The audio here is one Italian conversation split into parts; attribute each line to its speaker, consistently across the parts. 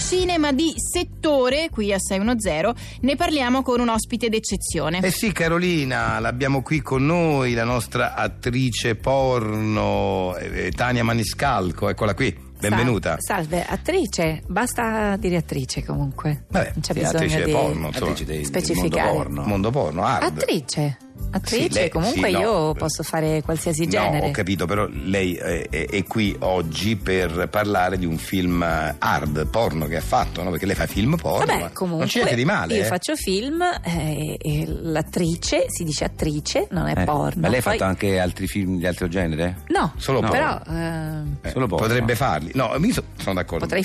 Speaker 1: Cinema di settore, qui a 610, ne parliamo con un ospite d'eccezione.
Speaker 2: Eh sì, Carolina, l'abbiamo qui con noi, la nostra attrice porno, eh, Tania Maniscalco, eccola qui. Benvenuta.
Speaker 3: Sal- salve, attrice, basta dire attrice comunque.
Speaker 2: Vabbè,
Speaker 3: non c'è
Speaker 2: sì,
Speaker 3: bisogno
Speaker 2: attrice
Speaker 3: di
Speaker 2: porno, insomma.
Speaker 4: Attrici dei- del
Speaker 3: specificare.
Speaker 4: mondo porno.
Speaker 2: Mondo porno, hard.
Speaker 3: Attrice. Attrice,
Speaker 2: Sì, lei-
Speaker 3: comunque
Speaker 2: sì, no.
Speaker 3: io posso fare qualsiasi genere.
Speaker 2: No, ho capito, però lei eh, è, è qui oggi per parlare di un film eh, hard, porno che ha fatto, no? Perché lei fa film porno. ma
Speaker 3: Vabbè, comunque
Speaker 2: non c'è niente di male.
Speaker 3: io
Speaker 2: eh.
Speaker 3: faccio film eh, e l'attrice si dice attrice, non è
Speaker 4: Eh,
Speaker 3: porno.
Speaker 4: Ma lei ha
Speaker 3: Poi-
Speaker 4: fatto anche altri film di altro genere?
Speaker 3: No,
Speaker 2: Solo porno.
Speaker 3: però ehm,
Speaker 2: Eh,
Speaker 4: Solo porno.
Speaker 2: potrebbe farli. No, mi so- sono d'accordo.
Speaker 3: Potrei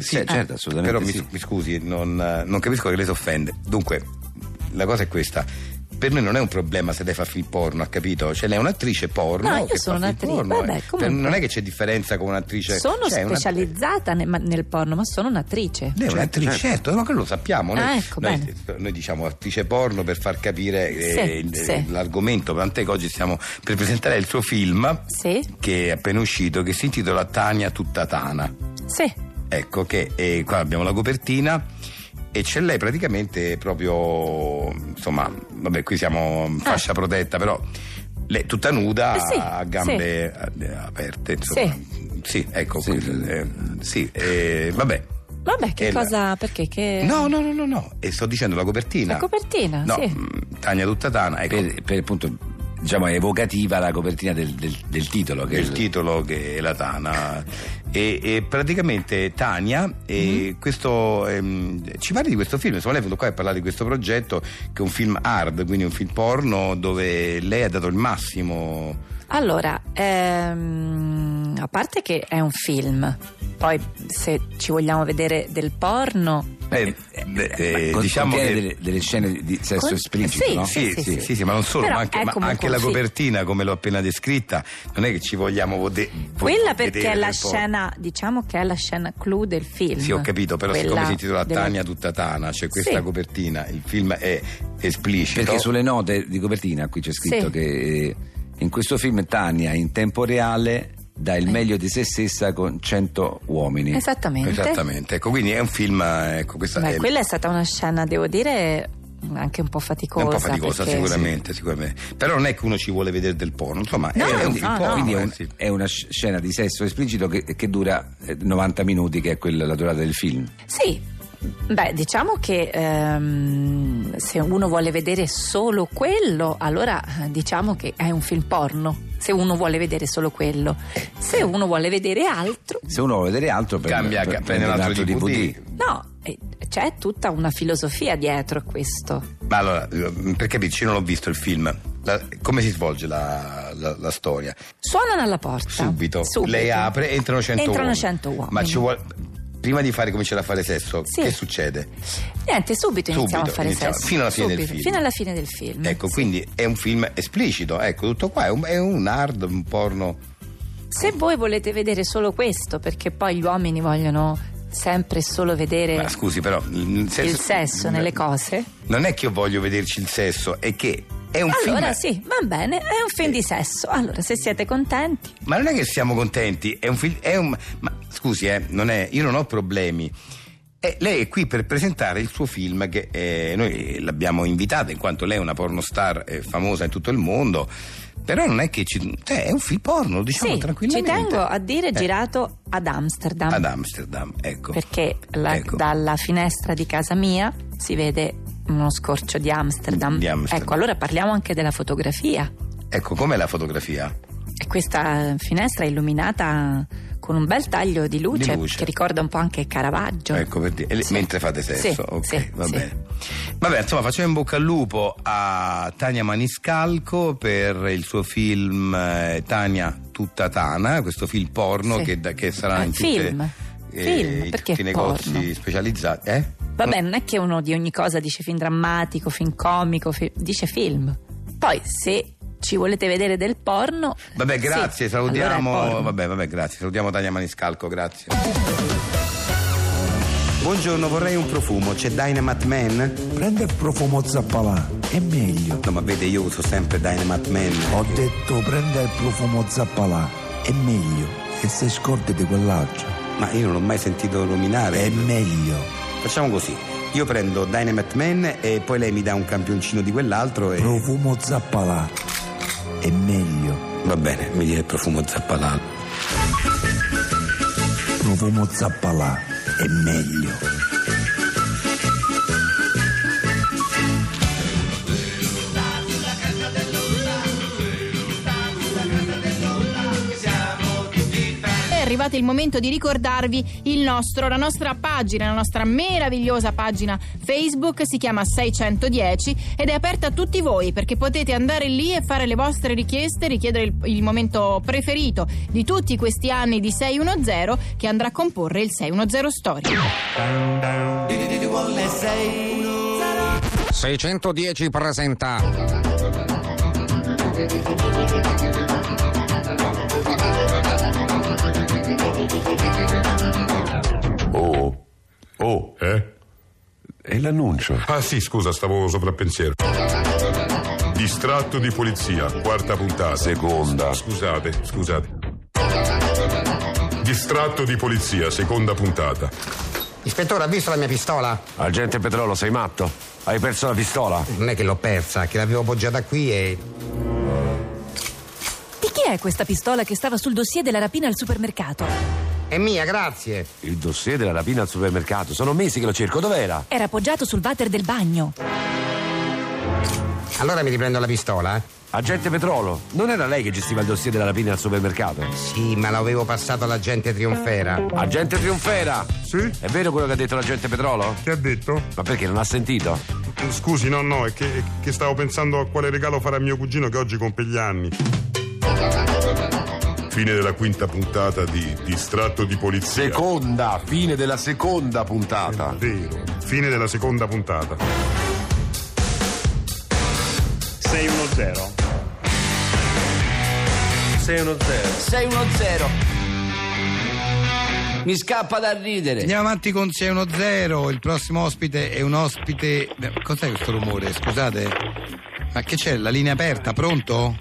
Speaker 2: Sì, sì,
Speaker 4: Eh, certo, assolutamente
Speaker 2: Però mi-
Speaker 4: sì.
Speaker 2: mi, scusi, non, eh, non capisco che lei si offende. Dunque, la cosa è questa. Per me non è un problema se lei fa film porno, ha capito? Cioè, lei è un'attrice porno.
Speaker 3: No, io
Speaker 2: che
Speaker 3: sono
Speaker 2: fa film
Speaker 3: un'attrice,
Speaker 2: porno,
Speaker 3: vabbè,
Speaker 2: eh.
Speaker 3: comunque.
Speaker 2: Per- Non è che c'è differenza con un'attrice.
Speaker 3: sono
Speaker 2: cioè, una-
Speaker 3: specializzata ne- ma- nel porno, ma sono un'attrice.
Speaker 2: Lei è un'attrice,
Speaker 4: certo.
Speaker 2: certo, no, quello lo sappiamo. Noi,
Speaker 3: Ah, ecco,
Speaker 2: noi,
Speaker 3: bene.
Speaker 2: noi diciamo attrice porno per far capire eh,
Speaker 3: Sì,
Speaker 2: il-
Speaker 3: sì.
Speaker 2: l'argomento, tant'è che oggi stiamo per presentare il suo film
Speaker 3: Sì,
Speaker 2: che è appena uscito, che si intitola Tania tutta Tana.
Speaker 3: sì.
Speaker 2: Ecco che eh, qua abbiamo la copertina e c'è lei praticamente proprio, insomma, vabbè qui siamo in fascia protetta, però lei tutta nuda
Speaker 3: Ah. Eh sì,
Speaker 2: a gambe eh, aperte, insomma. Sì, ecco,
Speaker 4: Sì.
Speaker 2: quel- eh, sì, eh, vabbè.
Speaker 3: Vabbè, che
Speaker 2: E la-
Speaker 3: cosa? Perché? Che...
Speaker 2: No, no, no, no, no, e sto dicendo la copertina.
Speaker 3: Eh. La copertina,
Speaker 2: no,
Speaker 3: sì.
Speaker 2: mh, Tania tutta Tana, ecco.
Speaker 4: Per, per appunto, diciamo, è evocativa la copertina del, del- del titolo. Che
Speaker 2: il titolo che è la Tana e, e praticamente Tania e
Speaker 3: Mm-hmm.
Speaker 2: questo, ehm, ci parli di questo film insomma lei è venuto qua a parlare di questo progetto che è un film hard quindi un film porno dove lei ha dato il massimo
Speaker 3: Allora, ehm, a parte che è un film, poi se ci vogliamo vedere del porno,
Speaker 2: Eh, beh, eh,
Speaker 4: con-
Speaker 2: diciamo
Speaker 4: contiene
Speaker 2: che
Speaker 4: delle, delle scene di sesso
Speaker 3: Con-
Speaker 4: esplicito,
Speaker 3: sì,
Speaker 4: no?
Speaker 2: sì, sì,
Speaker 3: Eh, sì,
Speaker 2: sì,
Speaker 3: sì.
Speaker 2: sì, ma non solo,
Speaker 3: Però
Speaker 2: ma anche,
Speaker 3: è
Speaker 2: ma
Speaker 3: comunque
Speaker 2: anche
Speaker 3: un
Speaker 2: la
Speaker 3: film.
Speaker 2: copertina, come l'ho appena descritta, non è che ci vogliamo vode- vo-
Speaker 3: quella perché
Speaker 2: vedere
Speaker 3: è la
Speaker 2: del porno.
Speaker 3: scena, diciamo che è la scena clou del film.
Speaker 2: Sì, ho capito, però
Speaker 3: Quella
Speaker 2: siccome si intitola
Speaker 3: della-
Speaker 2: Tania tutta Tana, c'è questa
Speaker 3: Sì.
Speaker 2: copertina, il film è esplicito.
Speaker 4: Perché sulle note di copertina qui c'è scritto
Speaker 3: Sì.
Speaker 4: che eh, in questo film Tania in tempo reale dà
Speaker 3: Eh.
Speaker 4: il meglio di se stessa con 100 uomini.
Speaker 3: Esattamente.
Speaker 2: Esattamente, ecco, quindi è un film, eh, ecco, questa
Speaker 3: Beh,
Speaker 2: è,
Speaker 3: quella è stata una scena, devo dire, anche un po'
Speaker 2: è
Speaker 3: faticosa.
Speaker 2: un po' faticosa
Speaker 3: perché-
Speaker 2: sicuramente, sicuramente, però non è che uno ci vuole vedere del porno, insomma,
Speaker 3: No,
Speaker 2: è, è un
Speaker 3: no,
Speaker 2: film
Speaker 3: no.
Speaker 2: porno,
Speaker 4: Eh, Quindi è,
Speaker 2: eh,
Speaker 4: un-
Speaker 2: sì.
Speaker 4: è una sc- scena di sesso esplicito che, che dura eh, 90 minuti, che è quella la durata del film.
Speaker 3: Sì. Beh, diciamo che ehm, se uno vuole vedere solo quello, allora eh, diciamo che è un film porno. Se uno vuole vedere solo quello, se uno vuole vedere altro,
Speaker 4: Se uno vuole vedere altro, prende,
Speaker 2: Cambia,
Speaker 4: pre-
Speaker 2: ca- prende un altro DVD.
Speaker 3: no, eh, c'è tutta una filosofia dietro a questo.
Speaker 2: Ma allora, eh, per capirci, io non ho visto il film. La- come si svolge la, la- la storia?
Speaker 3: Suonano alla porta.
Speaker 2: Subito. Lei apre, entrano 100
Speaker 3: Entrano
Speaker 2: uomini.
Speaker 3: 100 uomini.
Speaker 2: Ma ci vuole. Prima di fare cominciare a fare sesso,
Speaker 3: Sì.
Speaker 2: che succede?
Speaker 3: Niente, subito, iniziamo a
Speaker 2: Subito,
Speaker 3: fare
Speaker 2: iniziamo,
Speaker 3: sesso.
Speaker 2: fino alla fine del
Speaker 3: Subito,
Speaker 2: film.
Speaker 3: Fino alla fine del film.
Speaker 2: Ecco,
Speaker 3: Mm, Sì.
Speaker 2: quindi è un film esplicito, ecco, tutto qua, è un, è un hard, un porno.
Speaker 3: Se voi volete vedere solo questo, perché poi gli uomini vogliono sempre e solo vedere
Speaker 2: Ma scusi, però. Il
Speaker 3: Eh. il sesso nelle cose.
Speaker 2: Non è che io voglio vederci il sesso, è che è un film. eh.
Speaker 3: Allora sì, va bene, è un film di sesso. Allora, se siete contenti,
Speaker 2: Ma non è che siamo contenti, è un film. È un, ma scusi, eh, non è, io non ho problemi. Eh, lei è qui per presentare il suo film che eh, noi l'abbiamo invitata in quanto lei è una pornostar eh, famosa in tutto il mondo. Però non è che ci, cioè, è un film porno, lo diciamo
Speaker 3: sì, ci
Speaker 2: tranquillamente.
Speaker 3: tengo a dire
Speaker 2: Eh,
Speaker 3: girato ad Amsterdam.
Speaker 2: Ad Amsterdam, ecco.
Speaker 3: Perché la-
Speaker 2: Ecco.
Speaker 3: dalla finestra di casa mia si vede uno scorcio di Amsterdam.
Speaker 2: Di Amsterdam.
Speaker 3: Ecco, allora parliamo anche della fotografia.
Speaker 2: Ecco, com'è la fotografia?
Speaker 3: E questa finestra è illuminata con un bel taglio di luce,
Speaker 2: luce.
Speaker 3: che ricorda un po' anche Caravaggio.
Speaker 2: Ecco, per dire, e le-
Speaker 3: Sì.
Speaker 2: mentre fate sesso.
Speaker 3: Sì,
Speaker 2: ok,
Speaker 3: sì,
Speaker 2: va
Speaker 3: sì.
Speaker 2: bene. Vabbè, insomma, facciamo in bocca al lupo a Tania Maniscalco per il suo film eh, Tania tutta Tana, questo film porno
Speaker 3: Sì.
Speaker 2: che, da- che sarà
Speaker 3: Eh,
Speaker 2: in tutte,
Speaker 3: film.
Speaker 2: eh,
Speaker 3: Film,
Speaker 2: in
Speaker 3: perché
Speaker 2: tutti i
Speaker 3: porno?
Speaker 2: negozi specializzati. Eh?
Speaker 3: Vabbè, non è che uno di ogni cosa dice film drammatico, film comico, fi- dice film. Poi se ci volete vedere del porno.
Speaker 2: Vabbè, grazie,
Speaker 3: sì,
Speaker 2: salutiamo.
Speaker 3: allora è porno.
Speaker 2: vabbè, vabbè, grazie. Salutiamo Tania Maniscalco, grazie. Buongiorno, vorrei un profumo. C'è Dynamite Man?
Speaker 5: Prende il profumo zappalà, è meglio.
Speaker 2: No, ma vede, io uso sempre Dynamite Man.
Speaker 5: Ho detto prende il profumo zappalà, è meglio. e se scordate quell'altro.
Speaker 6: Ma io non l'ho mai sentito nominare.
Speaker 5: È meglio.
Speaker 6: Facciamo così. Io prendo Dynamite Man e poi lei mi dà un campioncino di quell'altro e.
Speaker 5: Profumo zappalà. È meglio.
Speaker 6: Va bene, mi dia il profumo zappalà.
Speaker 5: Profumo zappalà. È meglio.
Speaker 1: È arrivato il momento di ricordarvi il nostro, la nostra pagina, la nostra meravigliosa pagina Facebook, si chiama 610 ed è aperta a tutti voi perché potete andare lì e fare le vostre richieste, richiedere il, il momento preferito di tutti questi anni di 610 che andrà a comporre il 610 Story.
Speaker 7: 610 presenta
Speaker 8: Oh, oh, eh?
Speaker 4: E l'annuncio?
Speaker 8: Ah sì, scusa, stavo sopra pensiero. Distratto di polizia, quarta puntata.
Speaker 4: Seconda.
Speaker 8: Scusate, scusate. Distratto di polizia, seconda puntata.
Speaker 9: Ispettore, ha visto la mia pistola?
Speaker 4: Agente Petrolo, sei matto? Hai perso la pistola?
Speaker 9: Non è che l'ho persa, che l'avevo appoggiata qui e.
Speaker 3: Di chi è questa pistola che stava sul dossier della rapina al supermercato?
Speaker 9: È mia, grazie.
Speaker 4: Il dossier della rapina al supermercato. Sono mesi che lo cerco. Dov'era?
Speaker 3: Era appoggiato sul water del bagno.
Speaker 9: Allora mi riprendo la pistola? eh?
Speaker 4: Agente Petrolo, non era lei che gestiva il dossier della rapina al supermercato?
Speaker 9: Sì, ma l'avevo passato alla gente trionfera.
Speaker 4: Agente Triunfera! Sì? È vero quello che ha detto l'agente Petrolo?
Speaker 8: Che ha detto?
Speaker 4: Ma perché non ha sentito?
Speaker 8: Scusi, no, no, è che, che stavo pensando a quale regalo fare a mio cugino che oggi compie gli anni. Fine della quinta puntata di Distratto di polizia.
Speaker 10: Seconda, fine della seconda puntata.
Speaker 8: Vero. Fine della seconda puntata.
Speaker 11: 610 610
Speaker 12: Mi scappa da ridere.
Speaker 2: Andiamo avanti con 610, il prossimo ospite è un ospite... Beh, Cos'è questo rumore? Scusate? Ma che c'è? La linea aperta, pronto?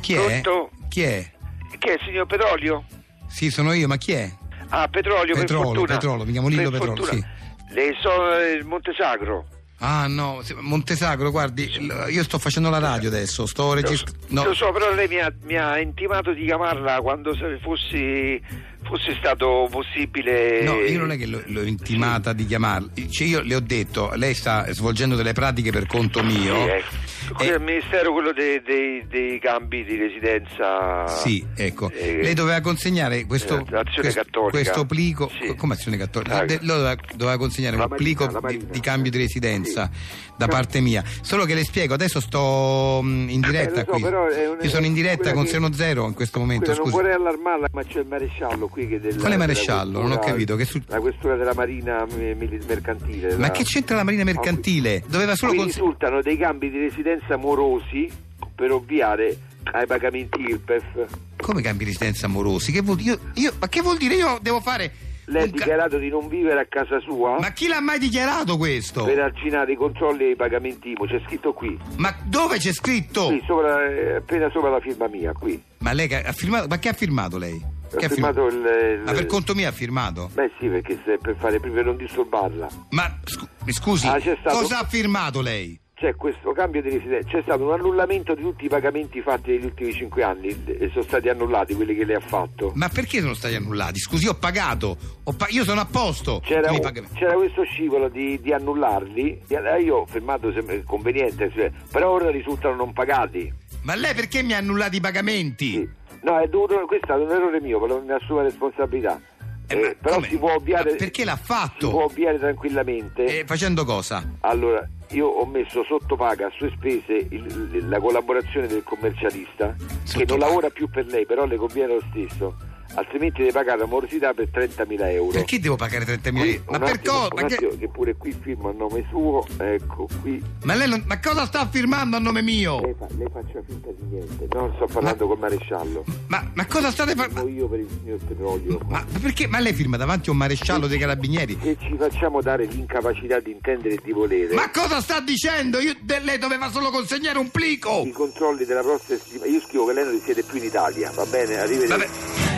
Speaker 2: Chi è?
Speaker 11: Pronto?
Speaker 2: Chi è?
Speaker 11: Che è signor Petrolio?
Speaker 2: Sì, sono io, ma chi è?
Speaker 11: Ah,
Speaker 2: Petrolio,
Speaker 11: Petrolio, per fortuna.
Speaker 2: Petrolio, mi chiamo Lillo
Speaker 11: Per
Speaker 2: Petrolio,
Speaker 11: fortuna. Le sono il Montesagro.
Speaker 2: Ah no, se- Montesacro, guardi, l- io sto facendo la radio adesso, sto registrando...
Speaker 11: Lo so, però lei mi ha, mi ha intimato di chiamarla quando se fossi, fosse stato possibile.
Speaker 2: No, io non è che l'ho, l'ho intimata di chiamarla, Cioè, io le ho detto, lei sta svolgendo delle pratiche per conto mio.
Speaker 11: Sì, ecco. Qui
Speaker 2: Eh,
Speaker 11: al ministero quello dei, dei- dei cambi di residenza.
Speaker 2: Sì, ecco.
Speaker 11: Eh,
Speaker 2: Lei doveva consegnare questo,
Speaker 11: eh, azione
Speaker 2: questo-
Speaker 11: cattolica.
Speaker 2: questo plico.
Speaker 11: Sì.
Speaker 2: co- Come azione cattolica?
Speaker 11: Ah,
Speaker 2: De- lei doveva, doveva consegnare
Speaker 11: la
Speaker 2: un
Speaker 11: Marina,
Speaker 2: plico
Speaker 11: la
Speaker 2: di- di,
Speaker 11: Marina.
Speaker 2: cambio di residenza da parte mia. Solo che le spiego, adesso sto mh, in diretta
Speaker 11: Eh, lo so,
Speaker 2: qui.
Speaker 11: però è un-
Speaker 2: Io sono in diretta
Speaker 11: quella
Speaker 2: con
Speaker 11: che-
Speaker 2: 1 Zero in questo momento.
Speaker 11: Scusa, non
Speaker 2: Scusi.
Speaker 11: vorrei allarmarla, ma c'è il maresciallo qui che del
Speaker 2: Quale maresciallo? Non ho capito, che su-
Speaker 11: La questura della Marina eh, mili- mercantile.
Speaker 2: Ma
Speaker 11: la-
Speaker 2: che c'entra la Marina mercantile? Doveva solo
Speaker 11: Qui
Speaker 2: consegnare.
Speaker 11: risultano dei cambi di residenza morosi per ovviare ai pagamenti IRPEF.
Speaker 2: Come cambi residenza amorosi? Che vuol- io- io- ma che vuol dire? Io devo fare.
Speaker 11: Lei ha
Speaker 2: un ca-
Speaker 11: dichiarato di non vivere a casa sua
Speaker 2: Ma chi l'ha mai dichiarato questo?
Speaker 11: per arginare i controlli e i pagamenti IMU. C'è scritto qui,
Speaker 2: Ma dove c'è scritto?
Speaker 11: qui sopra, eh, appena sopra la firma mia, qui.
Speaker 2: Ma lei che ha firmato. Ma che ha firmato lei?
Speaker 11: Ho
Speaker 2: Che ha
Speaker 11: firmato il, il-
Speaker 2: Ma per conto mio ha firmato?
Speaker 11: Beh sì, perché se- per fare per non disturbarla.
Speaker 2: Ma scu- mi scusi,
Speaker 11: Ah, c'è stato-
Speaker 2: cosa ha firmato lei?
Speaker 11: C'è questo cambio di residenza, c'è stato un annullamento di tutti i pagamenti fatti negli ultimi cinque anni, e sono stati annullati quelli che lei ha fatto.
Speaker 2: Ma perché sono stati annullati? Scusi, ho pagato, ho pa- io sono a posto.
Speaker 11: C'era,
Speaker 2: con i
Speaker 11: un-
Speaker 2: pagamenti.
Speaker 11: c'era questo scivolo di, di annullarli, e allora io ho firmato sempre conveniente, cioè, però ora risultano non pagati.
Speaker 2: Ma lei perché mi ha annullato i pagamenti?
Speaker 11: Sì. No, è dovuto, questo è stato un errore mio, però mi assumo la responsabilità.
Speaker 2: Eh,
Speaker 11: Eh,
Speaker 2: ma
Speaker 11: però
Speaker 2: come?
Speaker 11: si può ovviare.
Speaker 2: Ma perché l'ha fatto?
Speaker 11: Si può ovviare tranquillamente.
Speaker 2: Eh, facendo cosa?
Speaker 11: Allora, io ho messo sotto paga a sue spese il- la collaborazione del commercialista che non
Speaker 2: paga.
Speaker 11: lavora più per lei, però le conviene lo stesso, altrimenti deve pagare la morosità per 30.000 euro.
Speaker 2: Perché devo pagare 30.000
Speaker 11: Qui,
Speaker 2: euro? Ma
Speaker 11: un
Speaker 2: per
Speaker 11: attimo,
Speaker 2: cosa?
Speaker 11: un
Speaker 2: Ma, che-
Speaker 11: attimo, che pure qui firma a nome suo, ecco qui.
Speaker 2: ma lei non- ma cosa sta firmando a nome mio?
Speaker 11: Lei, fa- lei faccia finta di niente, non sto parlando col maresciallo.
Speaker 2: Ma, ma cosa state
Speaker 11: Sono
Speaker 2: facendo?
Speaker 11: io per il signor Petrolio.
Speaker 2: Ma, ma perché? Ma lei firma davanti a un maresciallo dei carabinieri?
Speaker 11: Che ci facciamo dare l'incapacità di intendere e di volere.
Speaker 2: Ma cosa sta dicendo? Io, de- lei doveva solo consegnare un plico!
Speaker 11: I controlli della prossima settimana. Io scrivo che lei non siete più in Italia, va bene? Arrivederci.
Speaker 2: Vabbè.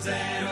Speaker 13: zero